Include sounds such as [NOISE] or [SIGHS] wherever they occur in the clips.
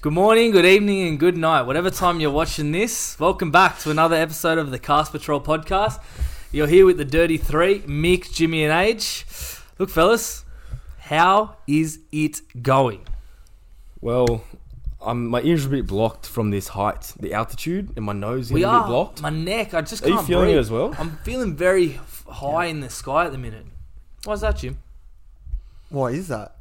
Good morning, good evening, and good night. Whatever time you're watching this, welcome back to another episode of the Cast Patrol podcast. You're here with the Dirty Three, Mick, Jimmy, and Age. Look, fellas, how is it going? Well, I'm, my ears are a bit blocked from this height, the altitude, and my nose is a we bit are blocked. my neck. I just Are you can't feeling breathe. it as well? I'm feeling very f- high in the sky at the minute. Why's that, Jim? Why is that?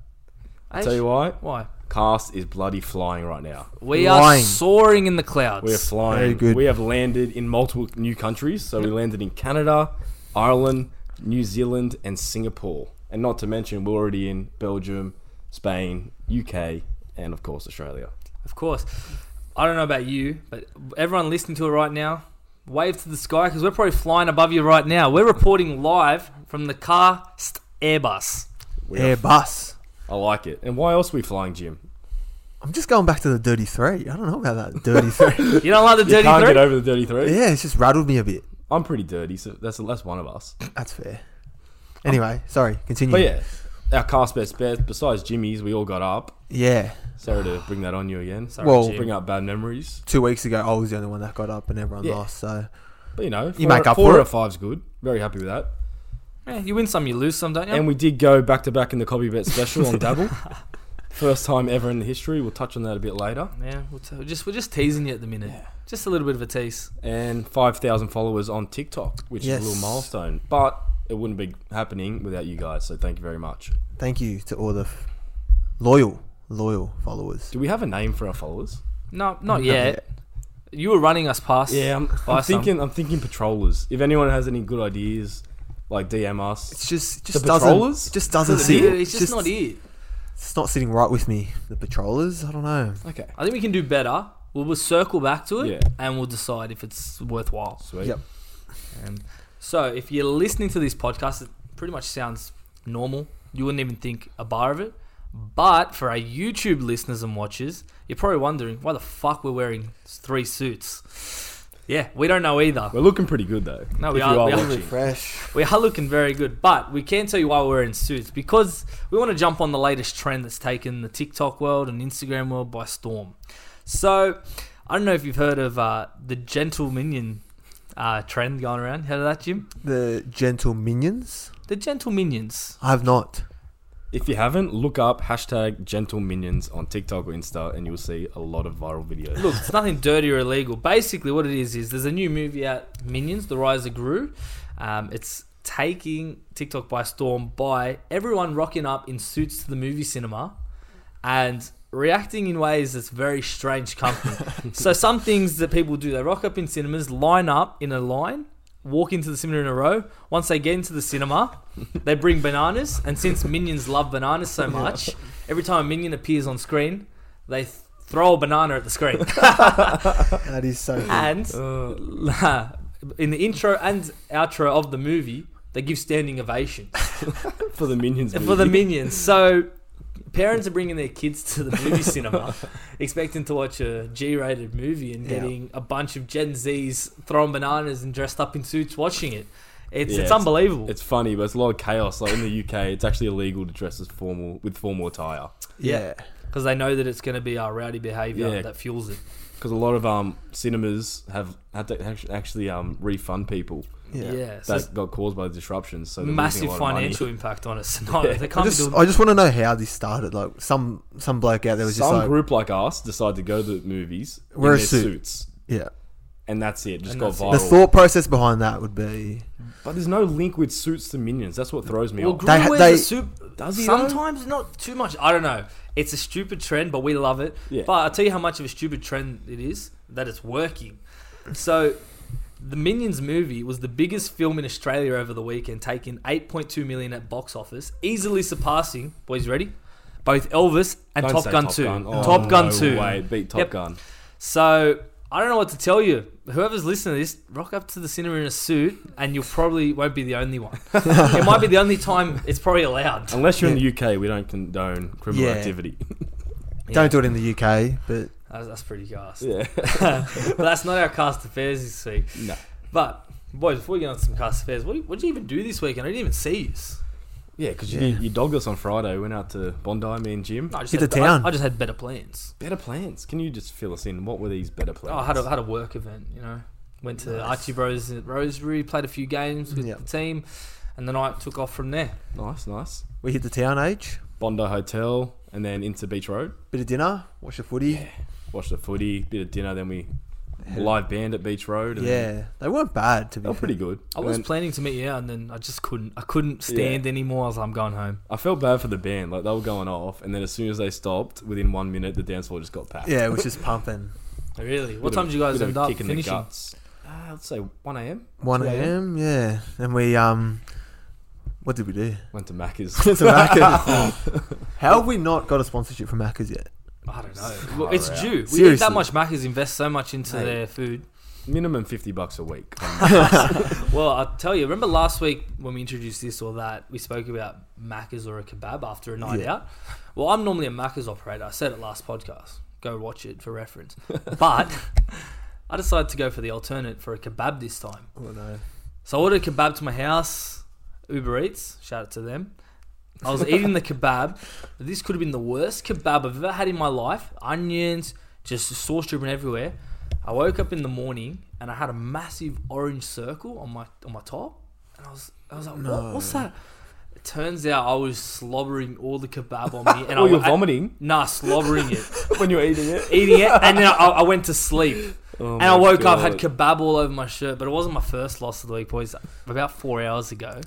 Age? Tell you why, why. cast is bloody flying right now. We are Lying. soaring in the clouds. We are flying. Very good. We have landed in multiple new countries. So we landed in Canada, Ireland, New Zealand, and Singapore. And not to mention, we're already in Belgium, Spain, UK, and of course Australia. Of course. I don't know about you, but everyone listening to it right now, wave to the sky because we're probably flying above you right now. We're reporting live from the Karst Airbus. We are- Airbus. I like it. And why else are we flying, Jim? I'm just going back to the dirty three. I don't know about that dirty three. You don't like the You dirty can't three? get over the dirty three. yeah, it's just rattled me a bit. I'm pretty dirty, so that's that's one of us. That's fair. Anyway, sorry. Continue. But oh, yeah, our cast best bet, besides Jimmy's, we all got up. Yeah, Sorry to bring that on you again. Sorry, Well- to bring up bad memories. Two weeks ago, I was the only one that got up, and everyone Yeah. lost. So But you know, four, You make up four for out it. of five's good. Very happy with that. Yeah, you win some, you lose some, don't you? And we did go back to back in the copy bet special on [LAUGHS] Dabble. First time ever in the history. We'll touch on that a bit later. yeah, we'll t- we're just we're just teasing you at the minute. Just a little bit of a tease. And 5,000 followers on TikTok, which Yes. is a little milestone. But it wouldn't be happening without you guys. So thank you very much. thank you to all the f- loyal, loyal followers. Do we have a name for our followers? No, not yet. You were running us past. Yeah, I'm, by some. I'm thinking. I'm thinking patrollers. If anyone has any good ideas, like DM us. It's just, it just The doesn't, patrollers? it just doesn't It's, sit. just, not it. It's not sitting right with me. The patrollers. I don't know. Okay. I think we can do better. We'll, we'll circle back to it Yeah. and we'll decide if it's worthwhile. Sweet. Yep. Um, so if you're listening to this podcast, it pretty much sounds normal. You wouldn't even think a bar of it. But for our YouTube listeners and watchers, you're probably wondering why the fuck we're wearing three suits. Yeah, we don't know either. We're looking pretty good though. No, if we you are- we are. watching. Fresh. We are looking very good, but we can tell you why we're in suits because we want to jump on the latest trend that's taken the TikTok world and Instagram world by storm. So, I don't know if you've heard of uh, the gentle minion uh, trend going around. Heard of that, Jim? The gentle minions. The gentle minions. I have not. If you haven't, look up hashtag gentle minions on TikTok or Insta, and you'll see a lot of viral videos. Look, it's nothing dirty or illegal. Basically, what it is is there's a new movie out, Minions: The Rise of Gru. Um, it's taking TikTok by storm by everyone rocking up in suits to the movie cinema and reacting in ways that's very strange company. so some things that people do, they rock up in cinemas, line up in a line, walk into the cinema in a row. Once they get into the cinema, they bring bananas, and since minions love bananas so much, every time a minion appears on screen, they th- throw a banana at the screen. That is so. Good. and Uh, [LAUGHS] in the intro and outro of the movie, they give standing ovation [LAUGHS] for the minions. for the movie. minions. So parents are bringing their kids to the movie cinema, expecting to watch a G-rated movie and Yeah. getting a bunch of Gen Zs throwing bananas and dressed up in suits watching it. It's Yeah, it's it's- unbelievable. It's funny, but it's a lot of chaos. Like in the UK, it's actually illegal to dress as formal with formal attire Yeah. because they know that it's going to be our rowdy behavior Yeah. that fuels it. because a lot of um cinemas have had to act- actually um refund people Yeah, Yeah. so that got caused by the disruptions. So they're losing a massive lot of money. financial impact on us. [LAUGHS] No, Yeah. they I can't be just, doing- I just want to know how this started. Like some some bloke out there was just Some like, group like us decided to go to the movies in Wear a their suit. suits, yeah. and that's it. Just And got that's it. viral. The thought process behind that would be But there's no link with suits to minions. That's what throws me Well, off. Gru They ha- wears they- a suit. Does he, though? Sometimes not too much. I don't know. It's a stupid trend, but we love it. Yeah. But I'll tell you how much of a stupid trend it is that it's working. So, the Minions movie was the biggest film in Australia over the weekend, taking 8.2 million at box office, easily surpassing. Boys, ready? Both Elvis and Don't Top say Gun Top Two. Gun. Oh, Top Gun no Two. Way. it Beat Top Yep. Gun. So I don't know what to tell you. Whoever's listening to this, rock up to the cinema in a suit, and you probably won't be the only one. it might be the only time it's probably allowed. Unless you're in the UK, we don't condone criminal Yeah. [LAUGHS] activity. Yeah. don't do it in the UK, but That's, that's pretty cast. yeah. [LAUGHS] but that's not our cast affairs this week. [LAUGHS] No. But boys, before we get on to some cast affairs, what, do you- what did you even do this weekend? I didn't even see you. Yeah, because Yeah. you, you dogged us on Friday. Went out to Bondi, me and Jim. No, I just Hit had the be- I- town. I, just had better plans. Better plans. Can you just fill us in? What were these better plans? Oh, I had a, had a work event, you know. Went to Nice. Archie Bros at Rosebery, played a few games with Yeah. the team, and the night took off from there. nice, nice. We hit the town age. Bondi Hotel, and then into Beach Road. Bit of dinner. Watch the footy. Yeah. Watched the footy, bit of dinner. Then we live band at Beach Road. And then- They weren't bad, to be they were pretty good. I And was then planning to meet you out, and then I just couldn't. I couldn't stand anymore. I was like, I'm going home. I felt bad for the band. Like they were going off, and then as soon as they stopped, within one minute, the dance floor just got packed. Yeah, it was just [LAUGHS] pumping. Really? What Bit time of- did you guys bit of end a up kick in the finishing? guts. Uh, let's say 1 a.m. 1 2 a.m. Yeah. And we, um, what did we do? Went [LAUGHS] to Macca's. [LAUGHS] Went to Macca's. [LAUGHS] How have we not got a sponsorship from Macca's yet? I don't know. Far Well, it's out. due. We eat Seriously. that much Macca's, invest so much into Mate. their food. Minimum 50 bucks a [LAUGHS] week. Well, I'll tell you, remember last week when we introduced this or that, we spoke about Macca's or a kebab after a night Yeah. out? Well, I'm normally a Macca's operator. I said it last podcast. Go watch it for reference. But [LAUGHS] I decided to go for the alternate for a kebab this time. Oh, no. So I ordered a kebab to my house, Uber Eats, shout out to them. I was eating the kebab. This could have been the worst kebab I've ever had in my life. Onions, just sauce dripping everywhere. I woke up in the morning and I had a massive orange circle on my on my top, and I was I was like, what, No. what's that? It turns out I was slobbering all the kebab on me, and oh, I you're I- vomiting Nah, slobbering it, [LAUGHS] when you're eating it. eating it, and then I, I went to sleep. Oh and I my woke up, had God. kebab all over my shirt, but it wasn't my first loss of the week, boys. About four hours ago,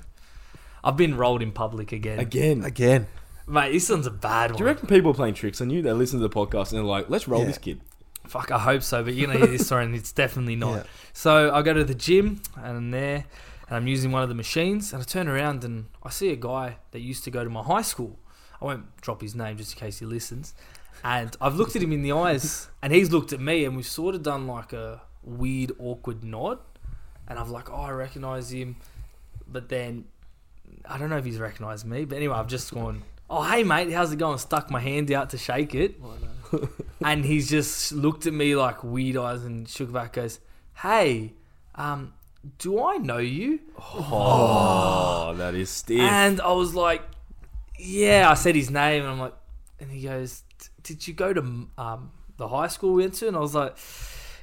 I've been rolled in public again. again. Again. Mate, this one's a bad Do one. you reckon people are playing tricks on you? They listen to the podcast and they're like, "Let's roll Yeah. this kid." Fuck, I hope so, but you're going to hear this story, and it's definitely not. Yeah. So I go to the gym, and I'm there, and I'm using one of the machines, and I turn around, and I see a guy that used to go to my high school. I won't drop his name just in case he listens. And I've looked at him in the eyes, and he's looked at me, and we've sort of done like a weird, awkward nod. And I'm like, oh, I recognize him. But then I don't know if he's recognized me. But anyway, I've just gone, oh, hey, mate, how's it going? Stuck my hand out to shake it. [LAUGHS] and he's just looked at me like weird eyes and shook back, goes, hey, um, do I know you? Oh, that is stiff. Ah. And I was like, yeah, I said his name, and I'm like, and he goes, "D- did you go to um, the high school we went to? And I was like,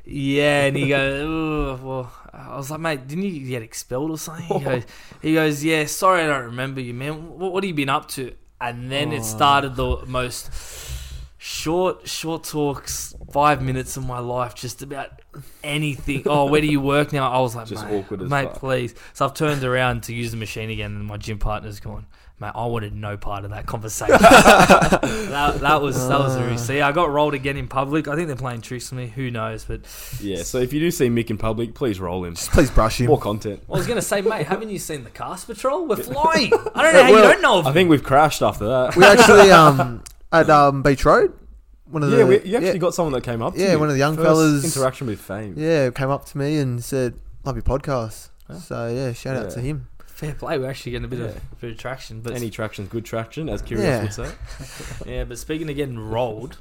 yeah, and he goes, "Ugh, well, I was like, mate, didn't you get expelled or something? He goes, he goes, yeah, sorry, I don't remember you, man. What, what have you been up to? And then Oh. it started the most short, short talks, five minutes of my life, just about [LAUGHS] anything. Oh, where do you work now? I was like, Just mate, awkward as mate, fuck. please. So I've turned around to use the machine again, and my gym partner's gone. Mate, I wanted no part of that [LAUGHS] conversation. that, that was that was Uh. a risk. See, I got rolled again in public. I think they're playing tricks on me. Who knows? But yeah. So if you do see Mick in public, please roll him. Please brush him. More content. I was going to say, mate, haven't you seen the Cast Patrol? We're [LAUGHS] flying. I don't know how you don't know of I think we've crashed after that. We [LAUGHS] actually, um, at um, Beach Road, one of the. yeah, we, you actually got someone that came up. to Yeah, you. one of the young First fellas- Interaction with fame. Yeah, came up to me and said, "Love your podcast." Yeah. So yeah, shout out to Yeah. him. Fair play. We're actually getting a bit Yeah. of bit of traction. But Any traction's good traction, as Curious Yeah. would say. yeah, but speaking of getting rolled,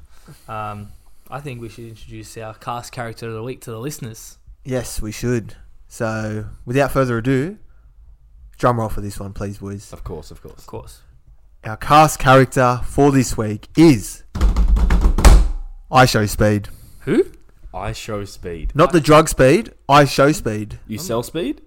um, I think we should introduce our cast character of the week to the listeners. Yes, we should. So without further ado, drum roll for this one, please, boys. Of course, of course. Of course. Our cast character for this week is I Show Speed, Who? I show speed. not the drug speed. I Show Speed. You sell speed?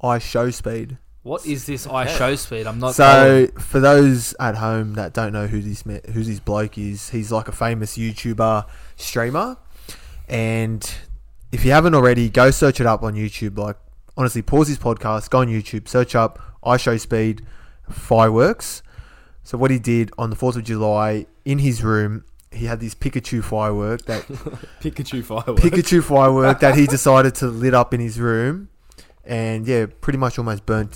I Show Speed. What is this I show speed? I'm not. So for those at home that don't know who this ma- who this bloke is, he's like a famous YouTuber streamer, and if you haven't already, go search it up on YouTube. Like honestly, pause this podcast, go on YouTube, search up I Show Speed fireworks. So what he did on the Fourth of July in his room, he had this Pikachu firework that [LAUGHS] Pikachu fireworks. Pikachu firework that he decided to lit up in his room. And yeah, pretty much almost burnt,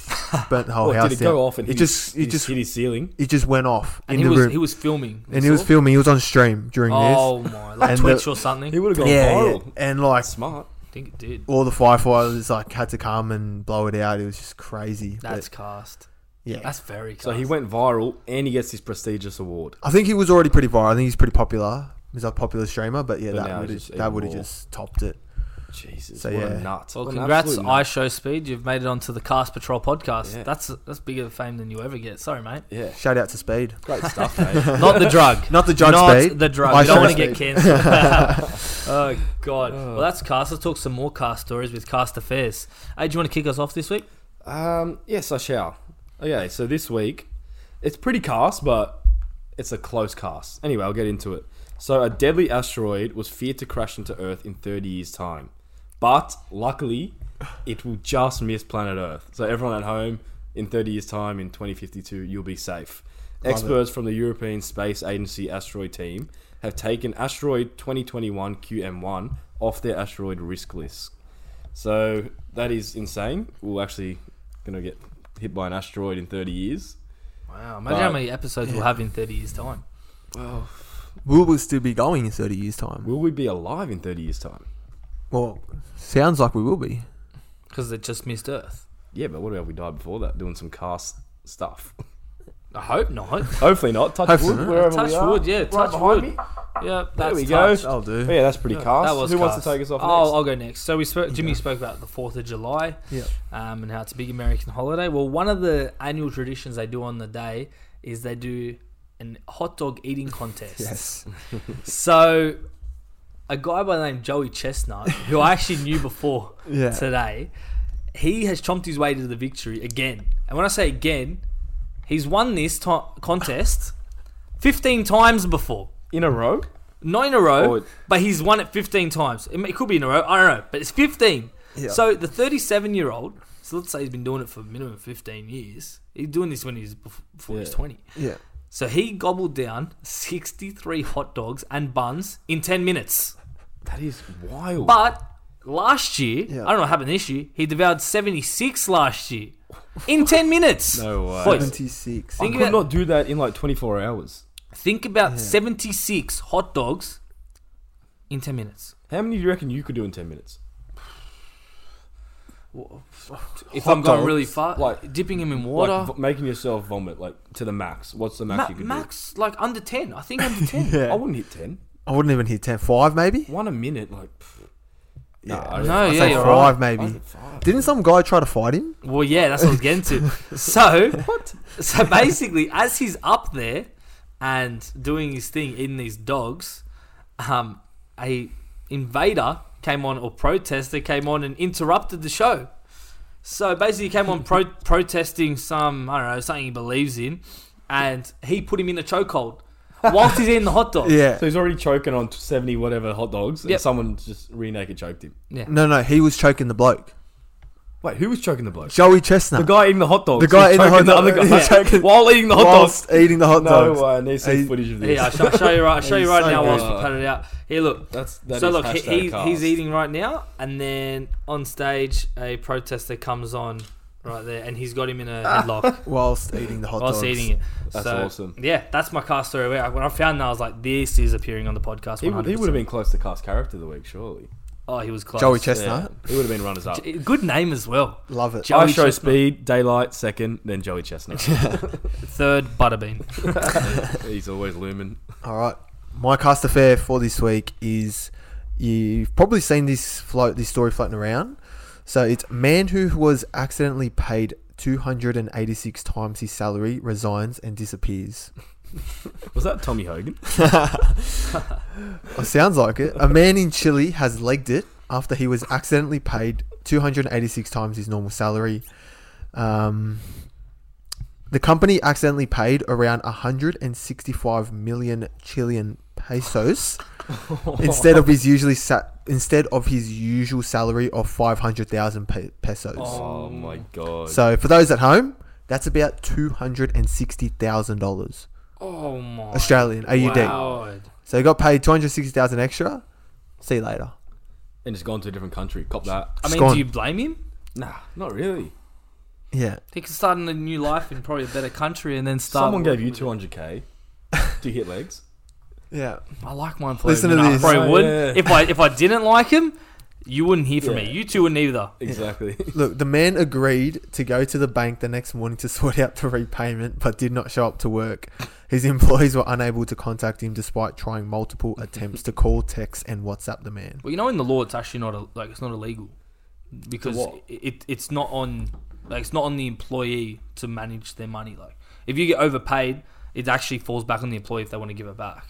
burnt the whole Oh, house did it down. go off and it he just, he it just hit his ceiling? it just went off and in he the was room. he was filming and he was himself? filming. He was on stream during Oh my, like And Twitch the- or something. He would have gone this. Yeah, yeah, viral. and like That's smart. I think it did. all the firefighters like had to come and blow it out. It was just crazy. But, That's cast. yeah. That's very. Cast. So he went viral and he gets this prestigious award. I think he was already pretty viral. I think he's pretty popular. He's a popular streamer, but yeah, But that now would it's just have that even would have more. just topped it. Jesus, So, what yeah. a nut! Well, What an congrats, absolute nut. I Show Speed. You've made it onto the Cast Patrol podcast. Yeah. That's that's bigger fame than you ever get. Sorry, mate. Yeah, Shout out to Speed. great [LAUGHS] stuff, mate. Not the drug. Not the drug Not Speed. the drug. I we don't Show want to get cancelled. [LAUGHS] oh God. Oh. Well, that's cast. Let's talk some more cast stories with cast affairs. Hey, do you want to kick us off this week? Um, yes, I shall. Okay, so this week, it's pretty cast, but it's a close cast. Anyway, I'll get into it. So, a deadly asteroid was feared to crash into Earth in 30 years' time. But luckily, it will just miss planet Earth. So, everyone at home, in 30 years' time, in 2052, you'll be safe. Experts from the European Space Agency asteroid team have taken asteroid 2021 QM1 off their asteroid risk list. So that is insane. We're actually gonna get hit by an asteroid in 30 years. Wow. Imagine how But- many episodes we'll have in thirty years' time. Well, Will will still be going in 30 years' time. will we be alive in 30 years' time? Well, sounds like we will be. Because it just missed Earth. Yeah, but what about we died before that, doing some cast stuff? [LAUGHS] I hope [LAUGHS] not. Hopefully not. Touch Hopefully wood. not. Wherever touch we are. wood, yeah. touch wood. behind me. Yeah, that's we go. touch. I'll do. But yeah, that's pretty cast. That was Who wants cast. Oh, to take us off I'll, next? I'll go next. So we spoke. Jimmy spoke about the Fourth of July, Yeah. um, and how it's a big American holiday. Well, one of the annual traditions they do on the day is they do an hot dog eating [LAUGHS] contest. Yes. So a guy by the name Joey Chestnut, who I actually knew before [LAUGHS] Yeah. today, he has chomped his way to the victory again. And when I say again, he's won this to- [LAUGHS] contest fifteen times before. In a row? Not in a row, Oh, Or- but he's won it 15 times. It, may- it could be in a row. I don't know, but it's 15. Yeah. So the 37 year old, so let's say he's been doing it for a minimum 15 years. He's doing this when he's before, before he's Yeah. 20. Yeah. So he gobbled down 63 hot dogs and buns in 10 minutes. That is wild. But last year, Yeah. I don't know what happened this year, he devoured 76 last year in 10 minutes. [LAUGHS] no way. Boys, 26. I think could about- not do that in like 24 hours. Think about 76 hot dogs in 10 minutes. How many do you reckon you could do in 10 minutes? If Hot I'm going dogs, really far, like- like dipping him in Like, water. v- making yourself vomit, like to the max. What's the max Ma- you could max like under 10 i think under 10 do? I Yeah. wouldn't hit 10. I wouldn't even hit 10. 5 maybe? One a minute, like. Pff, Yeah. Nah, I No, I'd yeah, say you're 5 right. maybe. Five. Didn't some guy try to fight him? well yeah that's what i was getting to [LAUGHS] so so basically as he's up there and doing his thing in these dogs um a invader came on or protester came on and interrupted the show so basically he came on pro- [LAUGHS] protesting some i don't know something he believes in and he put him in a chokehold whilst he's eating the hot dog [LAUGHS] Yeah. So he's already choking on 70 whatever hot dogs, and Yep. someone just re naked choked him. yeah No, no, he was choking the bloke. Wait, who was choking the bloke? Joey The Chestnut. guy eating the hot dogs. The was guy eating the choking hot other dog- guy he's [LAUGHS] choking- while eating the hot whilst dogs. eating the hot No dogs. way, I need to see He- footage of this. Yeah, I'll show, I'll show you right. I'll show you He's right so now whilst good. we cut it out. Here, look. That's that so is look, he, hashtag he, cast. he's eating right now, and then on stage, a protester comes on right there, and he's got him in a headlock Whilst eating the hot whilst dogs. eating it. That's So, awesome. Yeah, that's my cast story. Where I- When I found that, I was like, "This is appearing on the podcast." He, 100%. would- he would have been close to cast character of the week, surely. Oh, he was close. Joey Chestnut. Yeah, he would have been runners up. J- Good name as well. Love it. Joey I show Chestnut. speed, daylight, second, then Joey Chestnut. Third Butterbean. he's always looming. All right. My cast affair for this week is you've probably seen this float, this story floating around. So it's man who was accidentally paid 286 times his salary resigns and disappears. Was that Tommy Hogan? [LAUGHS] Well, sounds like it. A man in Chile has legged it after he was accidentally paid 286 times his normal salary. Um, the company accidentally paid around 165 million Chilean [LAUGHS] pesos instead of his usually sa- instead of his usual salary of 500,000 pe- pesos. Oh my god. So for those at home, that's about $260,000 Oh my. Australian AUD. God. So he got paid 260,000 extra. See you later. and just gone to a different country. Cop that. I mean, Scone. do you blame him? Nah, not really. Yeah. He could start in a new life in probably a better country, and then start. Someone gave you 200k to hit legs. Yeah. I like mine. Listen to Plavin. I this. probably Oh, would. yeah. If I if I didn't like him, You wouldn't hear from [LAUGHS] Yeah. me. You two wouldn't either. [LAUGHS] Exactly. Look, the man agreed to go to the bank the next morning to [LAUGHS] sort out the repayment, but did not show up to work. His [LAUGHS] employees were unable to contact him despite trying [LAUGHS] multiple attempts to call, text, and WhatsApp the [LAUGHS] man. Well, you know, in the law, it's actually not a, like it's not illegal because what? it, it it's not on like it's not on the employee to manage their money. Like if you get overpaid, it actually falls back on the employee if they want to give it back.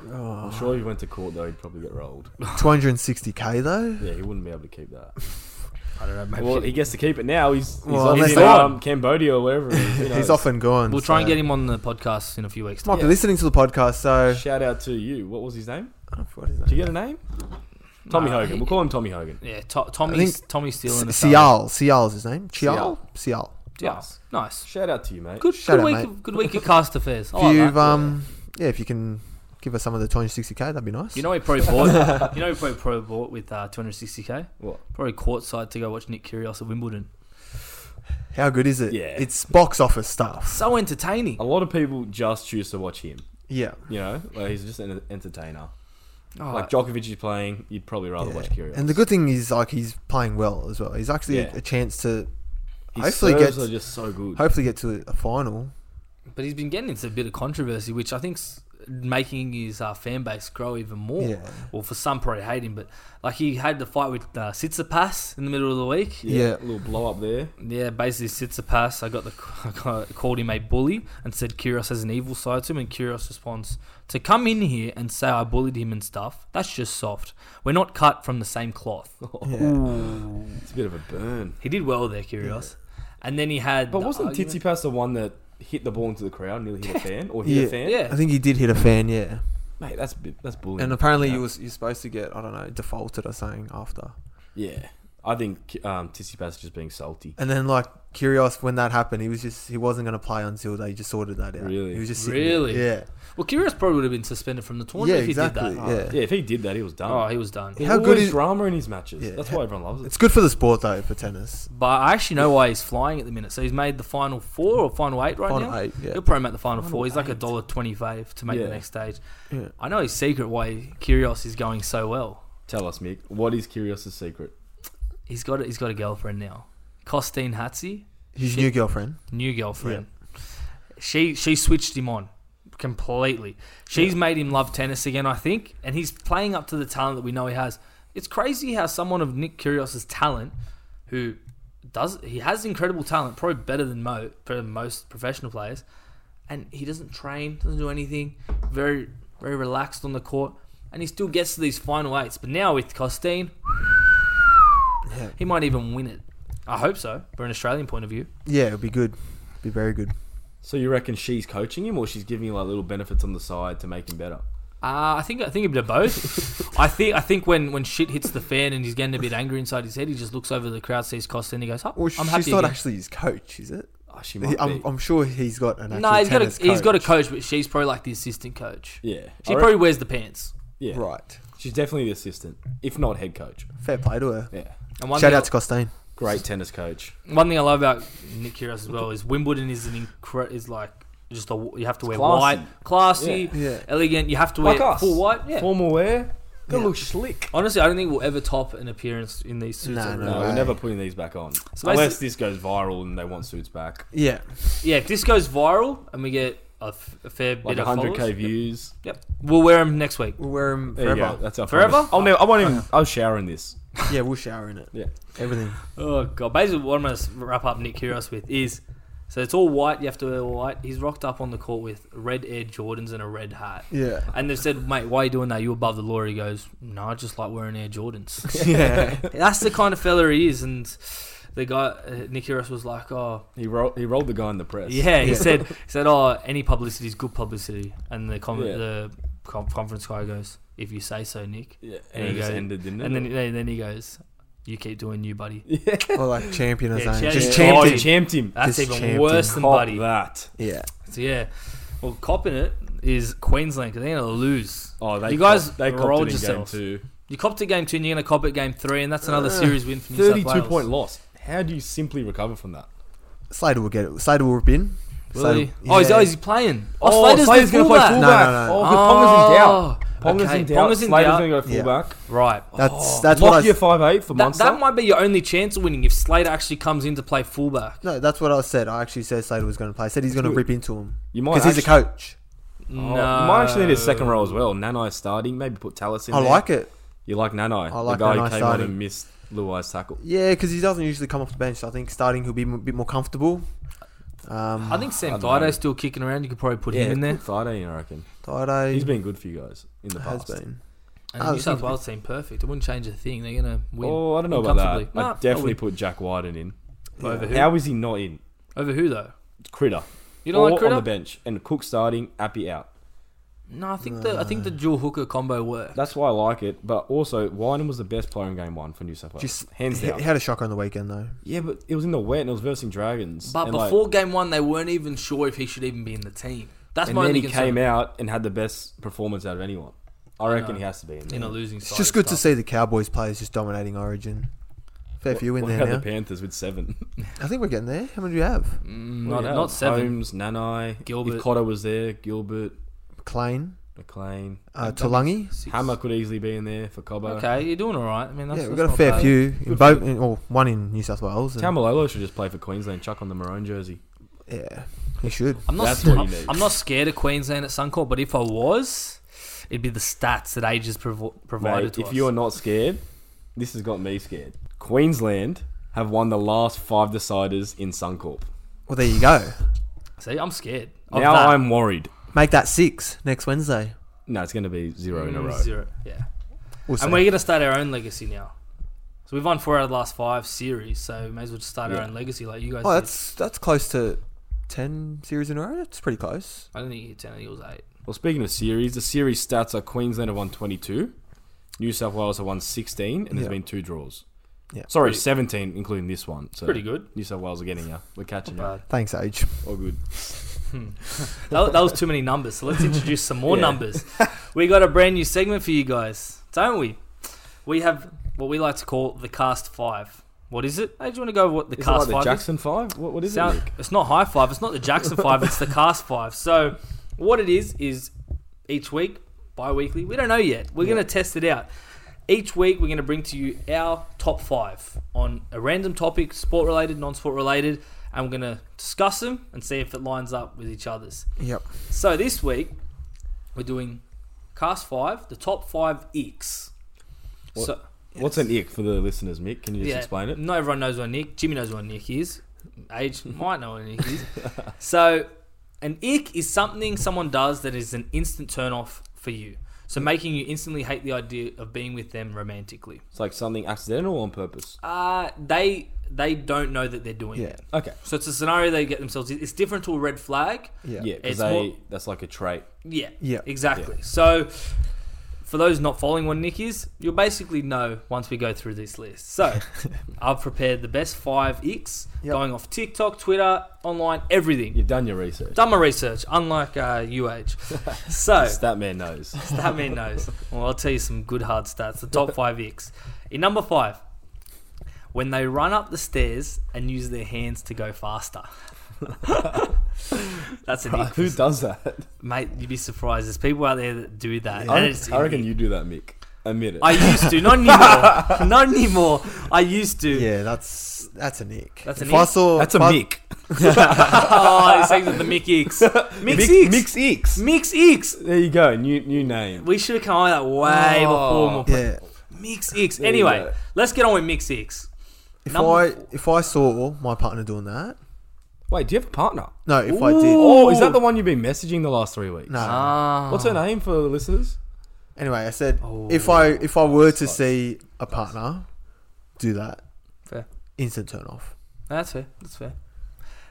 I'm sure if he went to court though, he'd probably [LAUGHS] get rolled. 260k though. Yeah, he wouldn't be able to keep that. I don't know. Maybe Well, he gets to keep it now. He's, he's Well, off unless in they- um, Cambodia or wherever. He is. Who [LAUGHS] He's knows? often gone. we'll try and so- get him on the podcast in a few weeks. Might time. be listening to the podcast, so Shout out to you. What was his name? what is Did you that? get a name? Tommy Nah, Hogan. he- We'll call him Tommy Hogan. Yeah, to- Tommy's Tommy's stealing S- a Sial, Sial's his name. Chial, Sial. Yeah, Nice. nice. Shout out to you, mate. Good, Shout good out, week. mate. Of, good week of cast affairs. I If like you've that. um, yeah, if you can give us some of the 260k, that'd be nice. You know he probably [LAUGHS] bought. you know he probably probably bought with uh, 260k. What? Probably courtside to go watch Nick Kyrgios at Wimbledon. how good is it? Yeah. it's box office stuff. So entertaining. A lot of people just choose to watch him. Yeah, You know, like he's just an entertainer. Oh, Like Djokovic is playing, you'd probably rather Yeah. watch Kyrgios. and the good thing is like he's playing well as well. He's actually a- Yeah. a, chance to His hopefully serves gets- are just so good. hopefully get to a final. But he's been getting into a bit of controversy, which I think's making his uh, fan base grow even more. Yeah. Well, for some probably hate him, but like he had the fight with uh, Sitsipas in the middle of the week. Yeah. a little blow up there. Yeah, basically Sitsipas, I got the [LAUGHS] I got, called him a bully and said Kyrgios has an evil side to him, and Kyrgios responds to come in here and say I bullied him and stuff. That's just soft. We're not cut from the same cloth. [LAUGHS] Yeah. It's a bit of a burn. He did well there, Kyrgios. And then he had. But the wasn't argument- Titsy Pass the one that hit the ball into the crowd, nearly hit a fan or hit Yeah. a [LAUGHS] fan? Yeah. I think he did hit a fan, yeah. mate, that's bi- that's bullying. And apparently Yeah. you was you're supposed to get I don't know defaulted or something after. yeah, I think um, Titsy Pass is just being salty. And then like Kyrgios, when that happened, he was just he wasn't going to play until they just sorted that out. Really? he was just sitting there. Really? yeah, Well, Kyrgios probably would have been suspended from the yeah, tournament if he exactly. did that. Yeah. Yeah, if he did that, he was done. Oh, he was done. There's How good always is- drama in his matches? Yeah. That's why everyone loves it. it's good for the sport though for tennis. But I actually know why he's flying at the minute. So he's made the final four or final eight right Final now. eight, yeah. He'll probably make the final, Final four. He's like a eight. dollar twenty-five to make Yeah. the next stage. Yeah. I know his secret why Kyrgios is going so well. Tell us, Mick, what is Kyrgios' secret? He's got a, he's got a girlfriend now, Costine Hatzi, His Shit. new girlfriend. new girlfriend. She she switched him on completely. She's made him love tennis again, I think, and he's playing up to the talent that we know he has. It's crazy how someone of Nick Kyrgios's talent, who does he has incredible talent, probably better than mo, better than most professional players, and he doesn't train, doesn't do anything, very very relaxed on the court, and he still gets to these final eights. But now with Costine, Yeah, he might even win it. I hope so, from an Australian point of view. yeah, it'll be good, be very good. So you reckon she's coaching him, or she's giving him like little benefits on the side to make him better? Uh, I think I think a bit of both. [LAUGHS] I think I think when, when shit hits the fan and he's getting a bit angry inside his head, he just looks over the crowd, sees Costa, and he goes, "Oh, Well, I'm she's happy." not again." actually his coach, is it? Oh, she might He, I'm, be. I'm sure he's got an actual no, he's got a tennis coach. he's got a coach, but she's probably like the assistant coach. yeah, She I re- probably wears the pants. yeah. right. She's definitely the assistant, if not head coach. Fair play to her. Yeah, And one Shout thing, out to Costain. great tennis coach. one thing I love about Nick Kyrgios as well is Wimbledon is an incre- is like just a you have to wear classy. white, classy, Yeah. Yeah. elegant. You have to wear Like us. full white. Yeah. Formal wear, gotta Yeah. look slick. Honestly, I don't think we'll ever top an appearance in these suits. No, ever. No, way. we're never putting these back on So unless this goes viral and they want suits back. Yeah, Yeah, if this goes viral and we get a, f- a fair Like bit of 100k followers, views. Yep. We'll wear them next week. we'll wear him There you go. forever. That's our Forever? promise. I'll never. I won't even. I'll shower in this. Yeah, we'll shower in it. Yeah. Everything. Oh god. Basically, what I'm going to wrap up Nick Kyrgios with is so it's all white. You have to wear all white. He's rocked up on the court with red Air Jordans and a red hat. Yeah. And they've said, mate, why are you doing that? You above the law. He goes, no, I just like wearing Air Jordans. yeah. That's the kind of fella he is. And the guy, uh, Nick Kyrgios was like, oh, He rolled. He rolled the guy in the press. yeah. He Yeah. said, he said, oh, any publicity is good publicity. And the, com- Yeah. the com- conference guy goes, if you say so, Nick. Yeah. There And it you just go. ended, didn't it? And then, then, then he goes, you keep doing you, buddy. yeah. Or like champion or Yeah, something. champ- Just yeah. Oh, champion. he champed him. That's Just even champion. worse than Cop buddy. that. Yeah. So yeah, well, copping it is Queensland 'cause they're gonna lose. Oh, they You guys copped- they copped rolled it in yourselves. Game two. You copped it game two, and you're gonna cop it game three, and that's another Ugh, series win for New South Uh, Thirty-two Wales. point loss. How do you simply recover from that? Slater will get it. Slater will rip in. Will Slater- he? Oh, is, yeah. oh, is he playing? Oh, Slater's, Slater's the gonna play fullback. fullback. No, no, no. Oh, Kapponga's in doubt. Oh, Ponga's Okay, in doubt. Ponga's in Slater's doubt. going to go Yeah. fullback. Right. That's Oh, that's Lock what I your five eight for That, Munster. that might be your only chance of winning if Slater actually comes in to play fullback. no, that's what I said. I actually said Slater was going to play. I said he's going to Good. rip into him you might because he's a actually- coach. No. Oh, You might actually need a second row as well. Nanai starting, maybe put Talis in. I there. like it. You like Nanai? I like the guy Nanai who came starting. on and missed Luai's tackle. Yeah, because he doesn't usually come off the bench. So I think starting he'll be m- a bit more comfortable. Um, I think Sam I don't know. Dido's still kicking around. You could probably put him in there. Friday, I reckon. Dido He's been good for you guys in the has past. been. And Oh, New South he's- Wales seem perfect. It wouldn't change a thing. They're going to win. Oh, I don't know Win about that. comfortably. Nah, I I definitely wouldn't. put Jack Wyden in. Over who? How is he not in? Over who, though? Critter. You don't or like Critter? on the bench and Cook starting, Appy out. No, I think the I think the dual hooker combo worked. That's why I like it. But also, Wyden was the best player in game one for New South Wales, Just hands he, down. he had a shocker on the weekend though. yeah, but it was in the wet and it was versing Dragons. But and like- before game one, they weren't even sure if he should even be in the team. That's and my then only he concern came out and had the best performance out of anyone. I reckon he has to be in there. in a losing side. It's just good to stuff. see the Cowboys players just dominating Origin. Fair few in What there about now. the Panthers with seven? I think we're getting there. How many do you have? [LAUGHS] Mm, not, What do you not have? seven. Holmes, Nanai, Gilbert. If Cotter was there, Gilbert, McLean, McLean, uh, Tulangi. Six. Hammer could easily be in there for Cobbo. Okay, you're doing all right. I mean, that's, Yeah, we've that's got a not fair bad. few in Good both, in, or one in New South Wales. and- Tamalolo should just play for Queensland. Chuck on the maroon jersey. yeah, he should. I'm not. That's what you I'm, need. I'm not scared of Queensland at Suncorp, but if I was, it'd be the stats that ages provo- provided Mate, to if us. you are not scared, this has got me scared. Queensland have won the last five deciders in Suncorp. Well, there you go. See, I'm scared. Of Now that. Mm, I'm worried. Make that six next Wednesday. No, it's going to be zero in a Mm, row. Zero. Yeah. We'll see. And we're gonna start our own legacy now. So we've won four out of the last five series, so we may as well just start our Yeah. own legacy like you guys oh, did. that's that's close to ten series in a row. That's pretty close. I don't think you hit ten, I think it was eight. Well, speaking of series, the series stats are Queensland have won 22, New South Wales have won 16, and there's Yeah. been two draws. Yeah. Sorry, Pretty- 17, including this one. So Pretty good. New South Wales are getting you. We're catching you. Bad. Thanks, Age. All good. that, that was too many numbers. So let's introduce some more [LAUGHS] Yeah. numbers. We got a brand new segment for you guys, don't we? We have what we like to call the cast five. What is it? Hey, do you want to go with what the Is it cast like the five is? Jackson Five? What, what is Sound- it? Nick? It's not high five. It's not the [LAUGHS] Jackson five. It's the cast five. So what it is is each week, bi-weekly. We don't know yet. We're gonna test it out. Each week, we're gonna bring to you our top five on a random topic, sport related, non-sport related, and we're gonna discuss them and see if it lines up with each other's. Yep. So this week, we're doing cast five, the top five icks. What- So What's an ick for the listeners, Mick? Can you just explain it? not everyone knows what a Nick. Jimmy knows what a Nick is. Age [LAUGHS] might know what a Nick [LAUGHS] is. So, an ick is something someone does that is an instant turn off for you. So, making you instantly hate the idea of being with them romantically. It's like something accidental or on purpose. Uh, they they don't know that they're doing Yeah. it. Okay. So, it's a scenario they get themselves in. It's different to a red flag. Yeah. Yeah, It's because they more- that's like a trait. Yeah. Yeah. Exactly. So, for those not following what Nick is, you'll basically know once we go through this list. So, [LAUGHS] I've prepared the best five icks Yep. going off TikTok, Twitter, online, everything. You've done your research. Done my research, unlike uh, [LAUGHS] UH. So, That man knows. that man knows. Well, I'll tell you some good hard stats. The [LAUGHS] top five icks. In number five, when they run up the stairs and use their hands to go [LAUGHS] faster. [LAUGHS] That's an ick. Who does that? Mate, you'd be surprised. There's people out there that do that. I, and re- it's I reckon icky. you do that, Mick. Admit it. I used to, not anymore. [LAUGHS] not anymore. I used to. Yeah, that's that's a nick. That's a if nick? I saw, that's a if I- Mick. [LAUGHS] oh, he's saying that the Mick Icks. Mix Icks. Mix, Mix X. Icks. There you go. New new name. We should have come up with that way Oh. before. Yeah. Mix Icks. There you Anyway, go. let's get on with Mix Icks. If Number I four. if I saw my partner doing that, Wait, do you have a partner? no, if I did, Ooh. no. Oh, is that the one you've been messaging the last three weeks? Ah. What's her name for the listeners? Anyway, I said Oh. if I if I were to Nice. see a partner do that, Fair. instant turn off. That's fair. That's fair.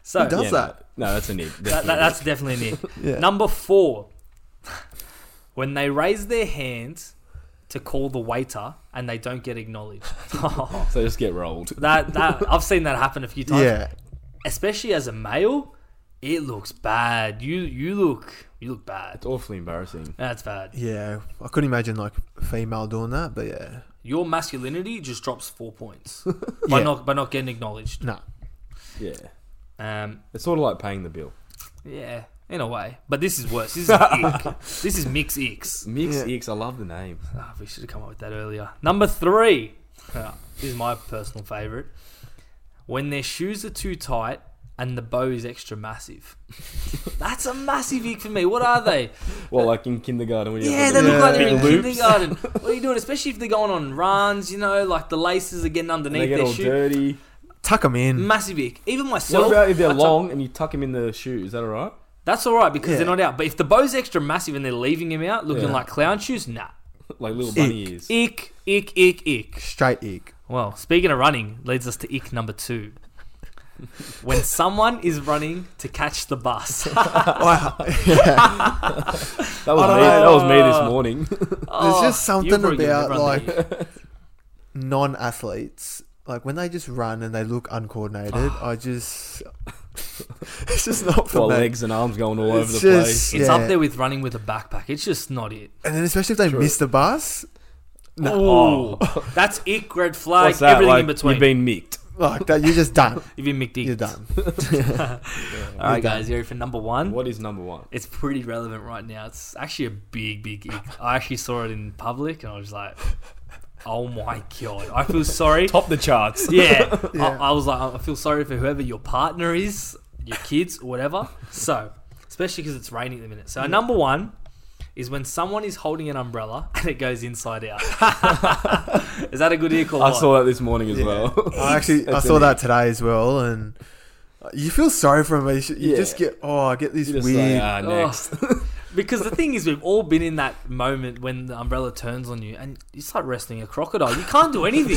So, Who does Yeah, that? No, no, that's a [LAUGHS] Nick. that, that, that's definitely [LAUGHS] Nick. Yeah. Number four. When they raise their hands to call the waiter and they don't get [LAUGHS] acknowledged. so just get rolled. that, that [LAUGHS] I've seen that happen a few times. Yeah. especially as a male, it looks bad. You you look you look bad. It's awfully embarrassing. That's bad. Yeah. I couldn't imagine like a female doing that, but yeah. Your masculinity just drops four [LAUGHS] points by Yeah. not by not getting acknowledged. Nah. Yeah. Um, It's sort of like paying the bill. yeah, in a way. But this is worse. This is ick. [LAUGHS] This is Mix Icks. Mix Yeah. X, I love the name. Ah, we should have come up with that earlier. Number three. Ah, this is my personal favourite. When their shoes are too tight and the bow is extra massive. [LAUGHS] That's a massive ick for me. What are they? Well, like in kindergarten when you Yeah, have they the look big- like they're in big loops, kindergarten. What are you doing? Especially if they're going on runs, you know, like the laces are getting and underneath They get their all shoe. dirty. Tuck them in. Massive ick. Even myself. What about if they're I took- long and you tuck them in the shoe? Is that alright? That's all right because Yeah. they're not out. But if the bow's extra massive and they're leaving him out looking Yeah. like clown shoes, nah. Like little bunny ears. Ick, ick, ick, ick. Straight ick. Well, speaking of running, leads us to ick number [LAUGHS] two. when someone is running to catch the [LAUGHS] bus. Wow. Yeah. That was I me. don't That know. was me this morning. [LAUGHS] Oh, just something you've already given about, everyone like, the ick. Non-athletes, like when they just run and they look [SIGHS] uncoordinated, I just [LAUGHS] it's just not for Got me. legs and arms going all over It's the just- place. it's yeah. up there with running with a backpack. It's just not it. And then especially if they True. miss the bus, Ooh, Oh, [LAUGHS] that's ick, red flag, What's that? everything Like, in between. You've been micked. like that, you're [LAUGHS] just done. You've been McDick. You're done. All right, guys, you ready for number one? What is number one? It's pretty relevant right now. It's actually a big, big [LAUGHS] ick. I actually saw it in public and I was like, oh my God. I feel sorry. Top the charts. Yeah. [LAUGHS] [LAUGHS] Yeah. I, I was like, I feel sorry for whoever your partner is, your kids, whatever. So, especially because it's raining at the minute. So, number one is when someone is holding an umbrella and it goes inside [LAUGHS] out. [LAUGHS] is that a good ick or I what? saw that this morning as [LAUGHS] Yeah. well. I actually I That's saw an e- that ick. today as well, and you feel sorry for him. But you, should- you Yeah. just get oh, I get these You're just like, weird. "Ah, Oh. next. [LAUGHS] [LAUGHS] Because the thing is, we've all been in that moment when the umbrella turns on you and you start wrestling a crocodile. You can't do [LAUGHS] anything.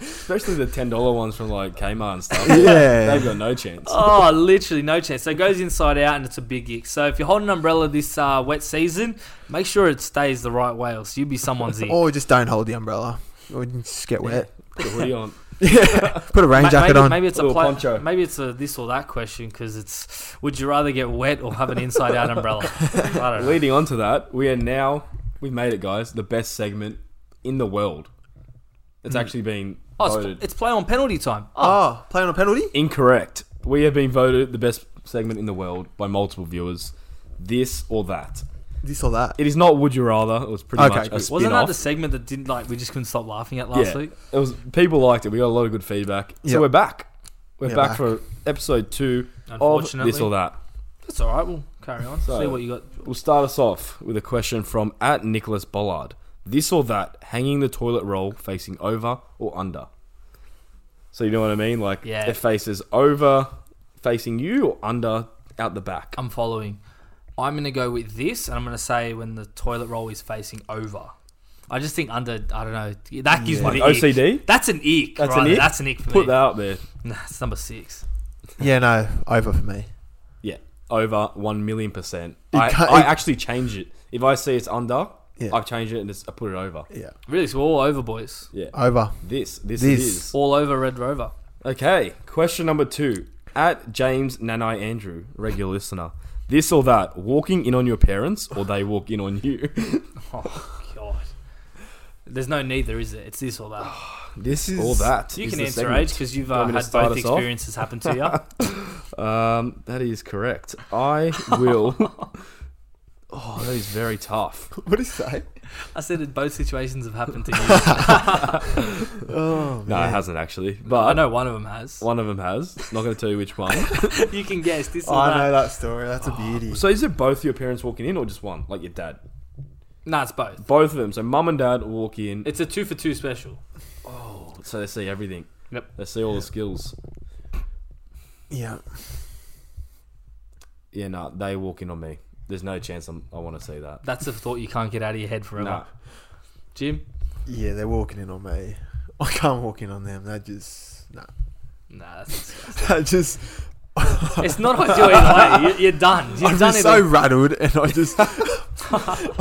Especially the ten dollar ones from like Kmart and stuff. yeah, They've got no chance. oh, literally, no chance. So it goes inside out and it's a big ick. So if you hold an umbrella this uh, wet season, make sure it stays the right way, else you'll be someone's [LAUGHS] Oh, ick. or oh, just don't hold the umbrella, or you just get wet. Put a hoodie on. Yeah, put a rain Ma- jacket maybe, on. maybe it's a Little pla- poncho. Maybe it's a this or that question because it's would you rather get wet or have an inside out [LAUGHS] umbrella? I don't know. Leading on to that, we are now we've made it, guys. The best segment in the world. Hmm. It's actually been Oh, voted it's, it's play on penalty time. Oh, Oh, play on a penalty. incorrect. We have been voted the best segment in the world by multiple viewers. This or that. This or that. It is not Would You Rather. It was pretty Okay, much a good. spin wasn't that off. the segment that didn't like we just couldn't stop laughing at last Yeah. week? It was people liked it. We got a lot of good feedback. Yep. So we're back. We're Yeah, back, back. for episode two of Unfortunately, this or that. That's all right. We'll carry on. So- See what you got. We'll start us off with a question from at Nicholas Bollard. This or that, hanging the toilet roll facing over or under. So you know what I mean? Like Yeah. their faces over facing you or under out the back. I'm following. I'm gonna go with this, and I'm gonna say when the toilet roll is facing over. I just think under. I don't know. That gives Yeah. me Like the ick. OCD? That's an ick. That's right an there. ick? That's an ick for Put me. that out there. Nah, it's number six. Yeah, no, over for me. Yeah. Over one million percent. You I, can't- I actually change it. If I see it's under, Yeah. I change it and just I put it over. Yeah, Really, so we're all over, boys. Yeah. [LAUGHS] over. This, this, This. it is. All over Red Rover. Okay, question number two. At James Nanai Andrew, regular listener. This or that, walking in on your parents or they walk in on you. [LAUGHS] Oh God. There's no neither, is it? It's this or that. [LAUGHS] This is all that. You is can the answer segment. age because you've You uh, want me to had start both us off? experiences happen to you. Um, that is correct. I [LAUGHS] will. oh, that is very [LAUGHS] tough. What do you say? [LAUGHS] I said that both situations have [LAUGHS] happened to you. Oh, No, it man. hasn't I actually. But know one of them has. one of them has. Not going to tell you which [LAUGHS] one. You can guess this Oh, or I know that. that story. That's a beauty. so is it both your parents walking in or just one? Like your dad? Nah, it's both. Both of them. So mum and dad walk in. It's a two for two special. So they see everything. Yep. They see all the skills. Yeah, Yeah, no, they walk in on me. There's no chance I'm, I want to see that. That's a thought you can't get out of your head forever. [LAUGHS] Nah. Jim? yeah, they're walking in on me. [LAUGHS] I can't walk in on them. That just [LAUGHS] no. Nah, [LAUGHS] that's, That just it's not ideal either way. You- You're done. You've I'm done just it. so all. rattled, and [LAUGHS] I just [LAUGHS] Yeah,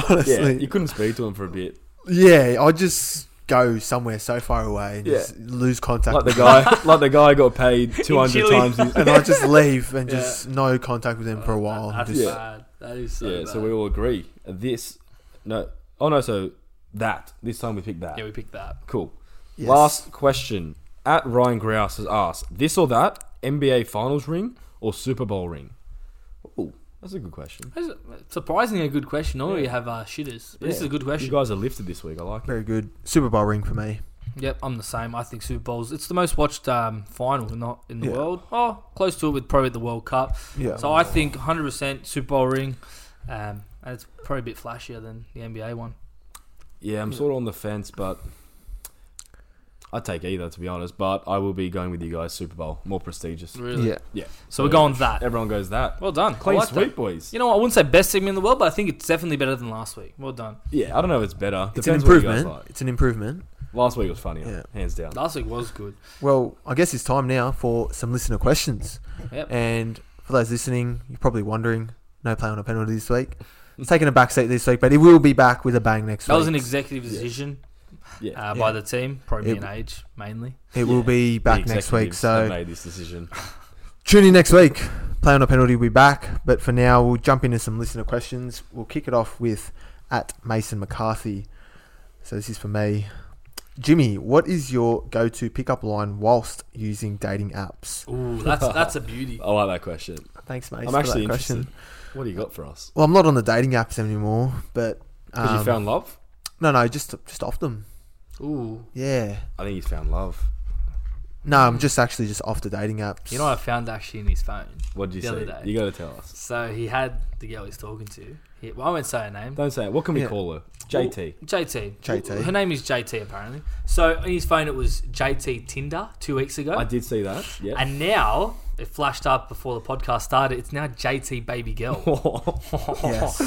honestly, you couldn't speak to him for [LAUGHS] a bit. yeah, I just go somewhere so far away and Yeah. just lose contact, Like the with guy, like the guy got paid 200 Chile. times. [LAUGHS] His, them. and [LAUGHS] I just leave and Yeah. just no contact with them for a while. Uh, That's Just- Yeah. bad. That is so yeah, bad. so we all agree. This, no, oh no, so that. This time we picked that. yeah, we picked that. cool. Yes. Last question. At Ryan Grouse has asked, this or that, NBA Finals ring or Super Bowl ring? Ooh, That's a good question. That's surprisingly a good question. Normally you have uh, shitters, but this is Yeah. a good You question. guys are lifted this week. I like it. Very good. Super Bowl ring for me. Yep, I'm the same. I think Super Bowls. It's the most watched um, final in the, in the Yeah. world. Oh, close to it with probably the World Cup. Yeah. So I think 100% Super Bowl ring, um, and it's probably a bit flashier than the NBA one. Yeah, I'm Yeah. sort of on the fence, but I'd take either to be honest. But I will be going with you guys. Super Bowl, more prestigious. Really? Yeah. Yeah. So we're going that. Everyone goes that. Well done. Clean I like that. sweep, boys. You know, what, I wouldn't say best segment in the world, but I think it's definitely better than last week. Well done. Yeah, I don't know if it's better. It's an Depends what you guys improvement. like. It's an improvement. Last week was funnier, Yeah. hands down. Last week was good. Well, I guess it's time now for some listener questions. Yep. And for those listening, you're probably wondering, no play on a penalty [LAUGHS] this week. It's taken a back seat this week, but he will be back with a bang next That week. was an executive decision Yeah. uh, by Yeah. the team, probably It- in age mainly. he will be back The next week. executives that So made this decision. tune in next week. Play on a penalty will be back. But for now, we'll jump into some listener questions. We'll kick it off with at Mason McCarthy. So this is for me. Jimmy, what is your go to pickup line whilst using dating apps? Ooh, that's that's a beauty. I like that question. Thanks, mate. I'm actually interested. What do you got for us? Well, I'm not on the dating apps anymore, but Because um, you found love. no, no, just just off them. [LAUGHS] Ooh, Yeah. I think he's found love. No, I'm just actually just off the dating apps. you know what I found actually in his phone. What did you The say? other day. You got to tell us. So he had the girl he's talking to. He, well, I won't say her name. Don't say it. What can we Yeah. call her? JT. JT. JT. Her name is JT apparently. So on his phone it was JT Tinder two weeks ago, I did see that. Yeah. and now it flashed up before the podcast started. It's now JT Baby [LAUGHS] Girl. [LAUGHS] Yes.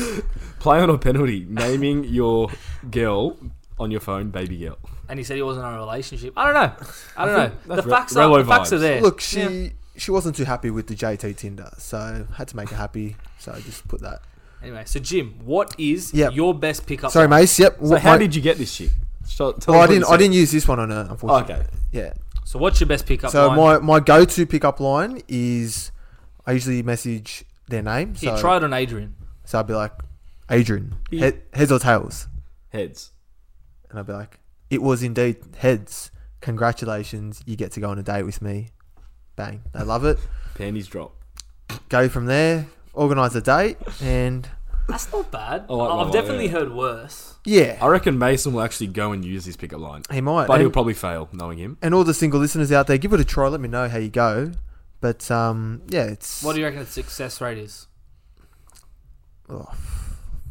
Play on a penalty. Naming your girl on your phone, baby girl. and he said he wasn't in a relationship. I don't know. I don't think know. The that's re- facts are Rello the facts are vibes. there. Look, she she wasn't too happy with the JT Tinder, so had to make her happy. So I just put that. Anyway, so Jim, what is Yep. your best pickup? Sorry, line? Mace. Yep. So how did you get this chick? So, tell well, Oh, I us what you didn't. I said. didn't use this one on her, unfortunately. Okay. Yeah. So what's your best pickup So line? my my go to pickup line is I usually message their name. So, Here, try it on Adrian. so I'd be like, Adrian, He- he- heads or tails, Heads. and I'd be like, it was indeed heads. Congratulations, you get to go on a date with me. Bang, they love it. Panties drop. Go from there, organise a date, and That's not bad. Oh, I like I've that one, definitely yeah. heard worse. yeah, I reckon Mason will actually go and use this pickup line. he might. But And- he'll probably fail, knowing him. and all the single listeners out there, give it a try. Let me know how you go. But um, yeah, it's. What do you reckon the success rate is? Oh,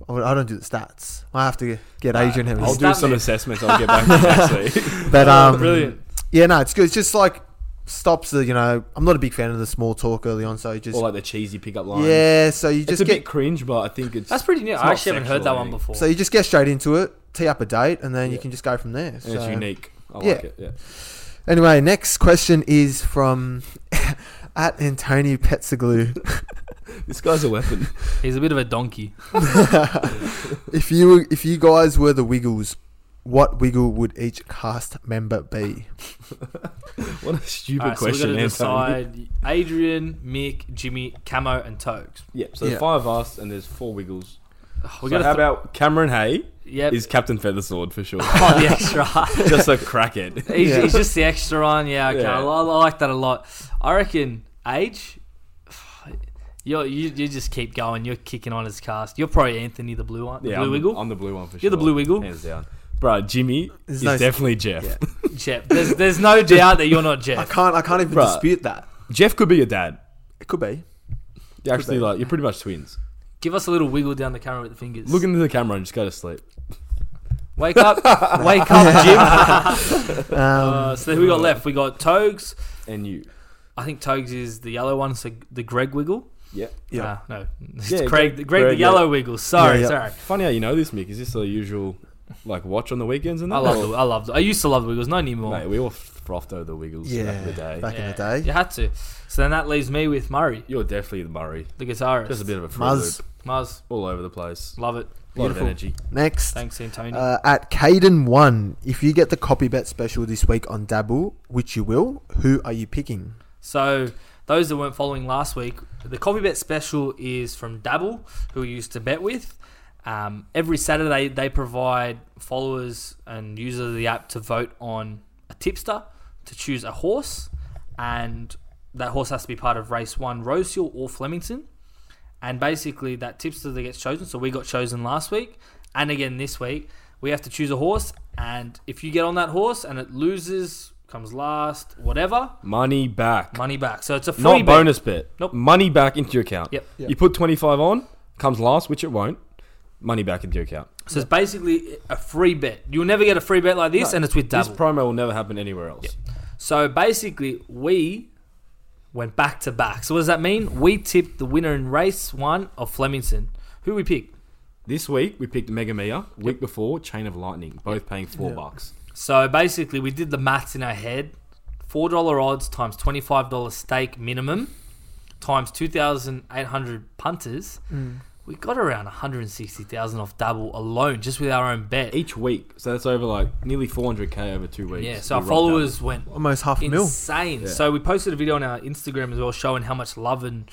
I don't do the stats. I have to get Adrian here. I'll Is do that some me? assessments. I'll get back to you next week. [LAUGHS] But um, Oh, Brilliant. Yeah, no, it's good. It's just like stops the. You know, I'm not a big fan of the small talk early on, so you just Or like the cheesy pickup line. yeah. So you It's just a get bit cringe, but I think it's That's pretty new. It's I not actually haven't heard that sexual, I one think. before. so you just get straight into it, tee up a date, and then you Yeah. can just go from there. and it's So- unique. I Yeah. like it. Yeah. Anyway, next question is from [LAUGHS] at Antonio Petzaglou. This guy's a weapon. [LAUGHS] He's a bit of a donkey. [LAUGHS] if you were- if you guys were the Wiggles, what Wiggle would each cast member be? What a stupid Alright, so we've got question, to Anthony. decide Adrian, Mick, Jimmy, Camo, and Tokes. Yeah, so Yeah. there's five of us and there's four wiggles. Oh, we so got how to. Th- about Cameron Hay yep. is Captain Feathersword [LAUGHS] for sure. oh, the [LAUGHS] extra. Just a crackhead. he's, Yeah. he's just the extra one. Yeah, okay. Yeah. I, li- I like that a lot. I reckon age. You're, you you just keep going. You're kicking on his cast. You're probably Anthony, the blue one, the Yeah, blue I'm, wiggle. I'm the blue one for sure. You're the blue wiggle. Hands down. Bro, Jimmy There's is no- definitely Jeff. Yeah. [LAUGHS] Jeff. There's there's no doubt that you're not I Jeff. can't I can't even Bruh. dispute that. Jeff could be your dad. It [LAUGHS] could be. You're actually be. like you're pretty much twins. Give us a little wiggle down the camera with the fingers. Look into the camera and just go to sleep. wake [LAUGHS] up, wake up, Jim. Um, Uh, so who we got left? We got Togs. And you. I think Togs is the yellow one, so the Greg Wiggle. Yeah. yeah. Uh, no, it's Yeah, Craig, [LAUGHS] Greg, Greg- Greg, the Greg, yeah. yellow wiggle. Sorry, Yeah, yeah. sorry. Funny how you know this, Mick. Is this the usual like watch on the weekends and that? I love Or- the, I loved. I used to love the Wiggles, not anymore. Mate, we all frothed over the wiggles Yeah. back in the day. Back in the Yeah, day. you had to. So then that leaves me with Murray, You're definitely the Murray. the guitarist. Just a bit of a fruit Muzz. loop. Mars, All over the place. love it. A lot of Beautiful. energy. Next. Thanks, Antonio. Uh, at Caden one, if you get the copy bet special this week on Dabble, which you will, who are you picking? so those that weren't following last week, the coffee bet special is from Dabble, who we used to bet with. Um, every Saturday, they provide followers and users of the app to vote on a tipster to choose a horse, and that horse has to be part of race one, Rosehill or Flemington. And basically, that tipster that gets chosen. So we got chosen last week, and again this week, we have to choose a horse. And if you get on that horse and it loses, comes last, whatever, Money back. money back. So it's a free Not bet. bonus bet. Nope. Money back into your account. Yep. Yep. You put 25 on, comes last, which it won't. Money back into your account. So it's basically a free bet. You'll never get a free bet like this, No, and it's with double. This promo will never happen anywhere else. So basically, we went back to back. So what does that mean? We tipped the winner in race one of Flemington. Who we pick? This week we picked Mega Mia. Week before Chain of Lightning, both paying four Yeah. bucks. So basically, we did the maths in our head. Four dollar odds times twenty five dollar stake minimum times two thousand eight hundred punters. Mm. We got around one hundred and sixty thousand off double alone, just with our own bet. each week. So that's over like nearly 400k over two weeks. Yeah. So our We rocked followers went Almost half a mil. insane. Yeah. So we posted a video on our Instagram as well, showing how much love and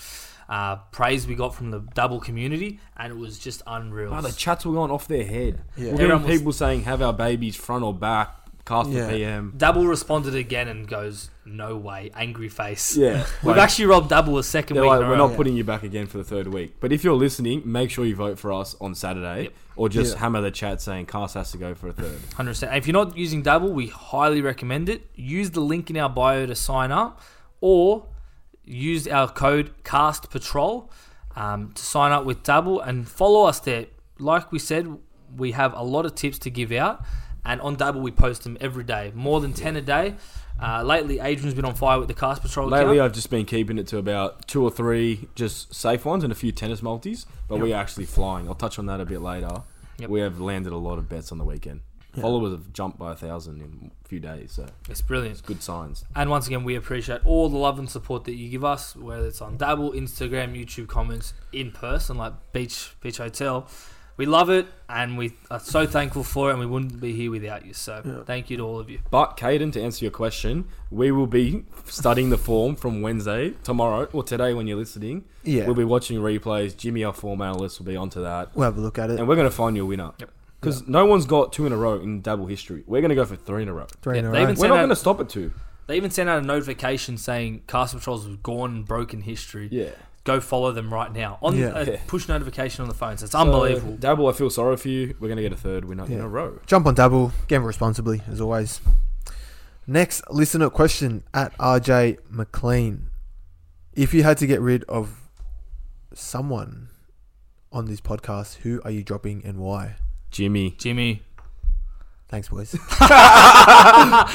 uh, praise we got from the double community, and it was just unreal. that. Wow, Ah, the chats were going off their head. We're Yeah. getting Everyone was- people saying have our babies front or back, cast Yeah. the PM. double responded again and goes, "No way!" Angry face. Yeah, We've like, actually robbed double a second they're week. like, in a we're row. not putting you back again for the third week. But if you're listening, make sure you vote for us on Saturday, Yep. or just Yeah. hammer the chat saying cast has to go for a third. 100%. And if you're not using Double, we highly recommend it. Use the link in our bio to sign up or use our code CASTPatrol um, to sign up with Double and follow us there. Like we said, we have a lot of tips to give out. And on Double, we post them every day, more than 10 a day. Uh, lately, Adrian's been on fire with the Cast Patrol Lately, account. I've just been keeping it to about two or three just safe ones and a few tennis multis, but we are actually flying. I'll touch on that a bit later. Yep. We have landed a lot of bets on the weekend. Followers have jumped by a thousand in a few days, so It's brilliant. good signs. And once again, we appreciate all the love and support that you give us, whether it's on Dabble, Instagram, YouTube comments, in person, like Beach Beach Hotel. We love it, and we are so thankful for it, and we wouldn't be here without you. So thank you to all of you. But Caden, to answer your question, we will be studying the form from Wednesday tomorrow or today when you're listening. Yeah. We'll be watching replays. Jimmy, our form analyst, will be onto that, We'll have a look at it. and we're going to find you a winner. Yep. Because no one's got two in a row in double history. We're going to go for three in a row. Three in Yeah, a they row. even We're sent not out- going to stop at two. They even sent out a notification saying Castle Patrols was gone and broken history. Yeah. Go follow them right now on Yeah. a Yeah. push notification on the phone. So it's So, unbelievable. Dabble, I feel sorry for you. We're going to get a third winner in Yeah. a row. Jump on double, gamble responsibly, as always. Next listener question at RJ McLean. If you had to get rid of someone on this podcast, who are you dropping and why? Jimmy. Jimmy, Thanks, boys.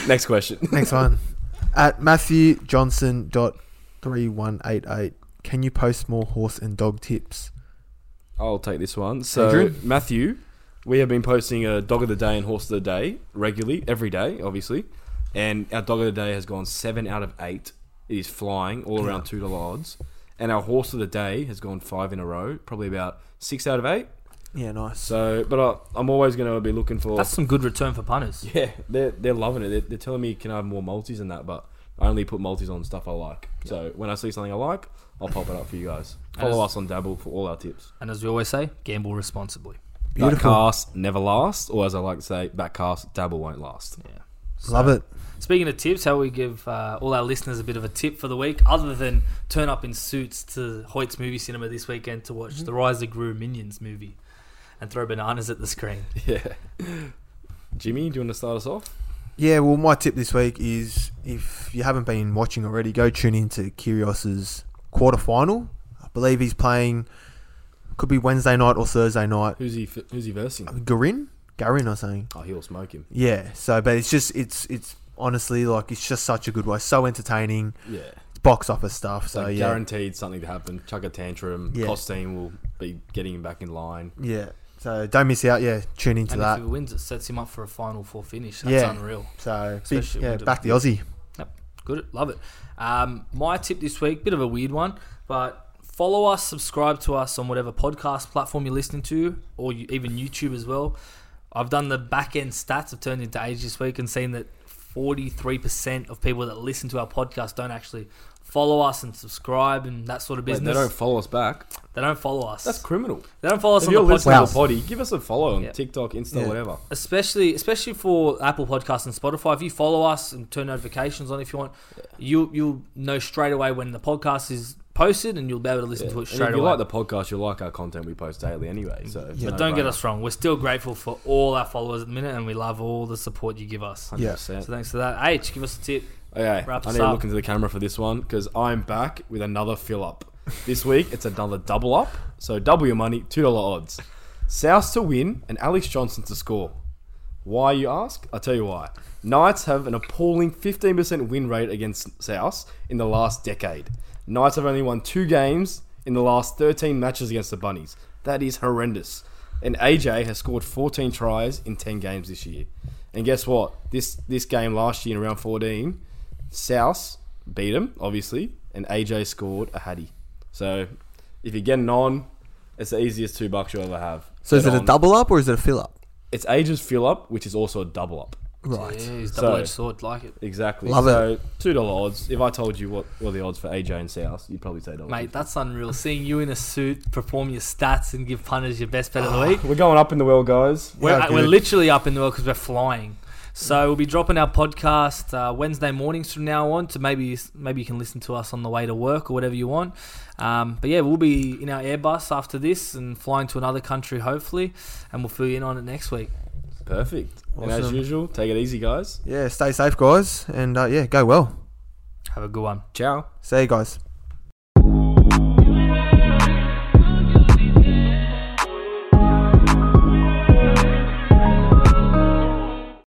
Next question. [LAUGHS] Next one. At Matthew Johnson dot three one eight eight. Can you post more horse and dog tips? I'll take this one. So, Andrew? Matthew, we have been posting a dog of the day and horse of the day regularly, every day, obviously. And our dog of the day has gone seven out of eight. It is flying, all around two dollar odds. And our horse of the day has gone five in a row, probably about six out of eight. Yeah, nice. So, but I, I'm always going to be looking for. that's some good return for punters. [LAUGHS] yeah, they're, they're loving it. They're, they're telling me can I have more multis and that, but I only put multis on stuff I like. So when I see something I like, I'll pop it up for you guys. Follow as- us on Dabble for all our tips. And as we always say, gamble responsibly. Beautiful. That cast never lasts, or as I like to say, that cast Dabble won't last. Yeah. Love it. Speaking of tips, how we give uh, all our listeners a bit of a tip for the week, other than turn up in suits to Hoyt's movie cinema this weekend to Mm-hmm. watch the Rise of Gru Minions movie and throw bananas at the screen. [LAUGHS] Yeah. Jimmy, do you want to start us off? Yeah, well, my tip this week is if you haven't been watching already, go tune into Kyrgios's quarterfinal. I believe he's playing, could be Wednesday night or Thursday night. Who's he? f- Who's he versing? Garin? Garin or something. Oh, he'll smoke him. Yeah, so, but it's just, it's, it's honestly like, it's just such a good way. So entertaining. Yeah. It's box office stuff. So So, yeah. guaranteed something to happen. Chuck a tantrum. Yeah. Costain will be getting him back in line. Yeah. So don't miss out. Yeah, tune into And that. if he wins, it sets him up for a Final Four finish. That's Yeah. unreal. So, big, Especially yeah, with the- back the Aussie. Good, love it. Um, my tip this week, bit of a weird one, but follow us, subscribe to us on whatever podcast platform you're listening to, or you, even YouTube as well. I've done the back end stats. I've turned into age this week and seen that 43% of people that listen to our podcast don't actually follow us and subscribe and that sort of Wait, business. they don't follow us back. they don't follow us. That's criminal. they don't follow us If on you're the listening podcast. to the potty, give us a follow on Yeah. TikTok, Insta, Yeah. whatever. especially especially for Apple Podcasts and Spotify. If you follow us and turn notifications on, if you want, you you'll know straight away when the podcast is posted, and you'll be able to listen Yeah. to it And straight if you away. like the podcast, you'll like our content we post daily anyway. So it's Yeah. a but don't get no-brainer. us wrong, we're still grateful for all our followers at the minute, and we love all the support you give us. 100%. So thanks for that. H, give us a tip. Okay, Wrap I us need to up. look into the camera for this one because I'm back with another fill up. This week it's another double up, so double your money, two dollar odds. South to win and Alex Johnson to score. Why you ask? I'll tell you why. Knights have an appalling 15% win rate against South in the last decade. Knights have only won two games in the last 13 matches against the Bunnies. That is horrendous. And AJ has scored 14 tries in 10 games this year. And guess what? This this game last year in round 14, South beat him, obviously, and AJ scored a Hattie. So if you're getting on, it's the easiest two bucks you'll ever have. So is Get it a on. double up or is it a fill up? It's AJ's fill up, which is also a double up. Right. Jeez, So- double-edged sword, like it. Exactly. Love so two dollar odds. If I told you what were the odds for AJ and South, you'd probably say dollar. Mate, that's unreal. Seeing you in a suit, perform your stats, and give punters your best bet of the week. We're going up in the world, guys. We're, uh, How we're good. literally up in the world because we're flying. So we'll be dropping our podcast uh, Wednesday mornings from now on. To maybe maybe you can listen to us on the way to work or whatever you want. Um, but yeah, we'll be in our Airbus after this and flying to another country hopefully, and we'll fill you in on it next week. Perfect. And as Awesome. usual, take it easy, guys. Yeah, stay safe, guys, and uh, yeah, go well. Have a good one. Ciao. See you guys.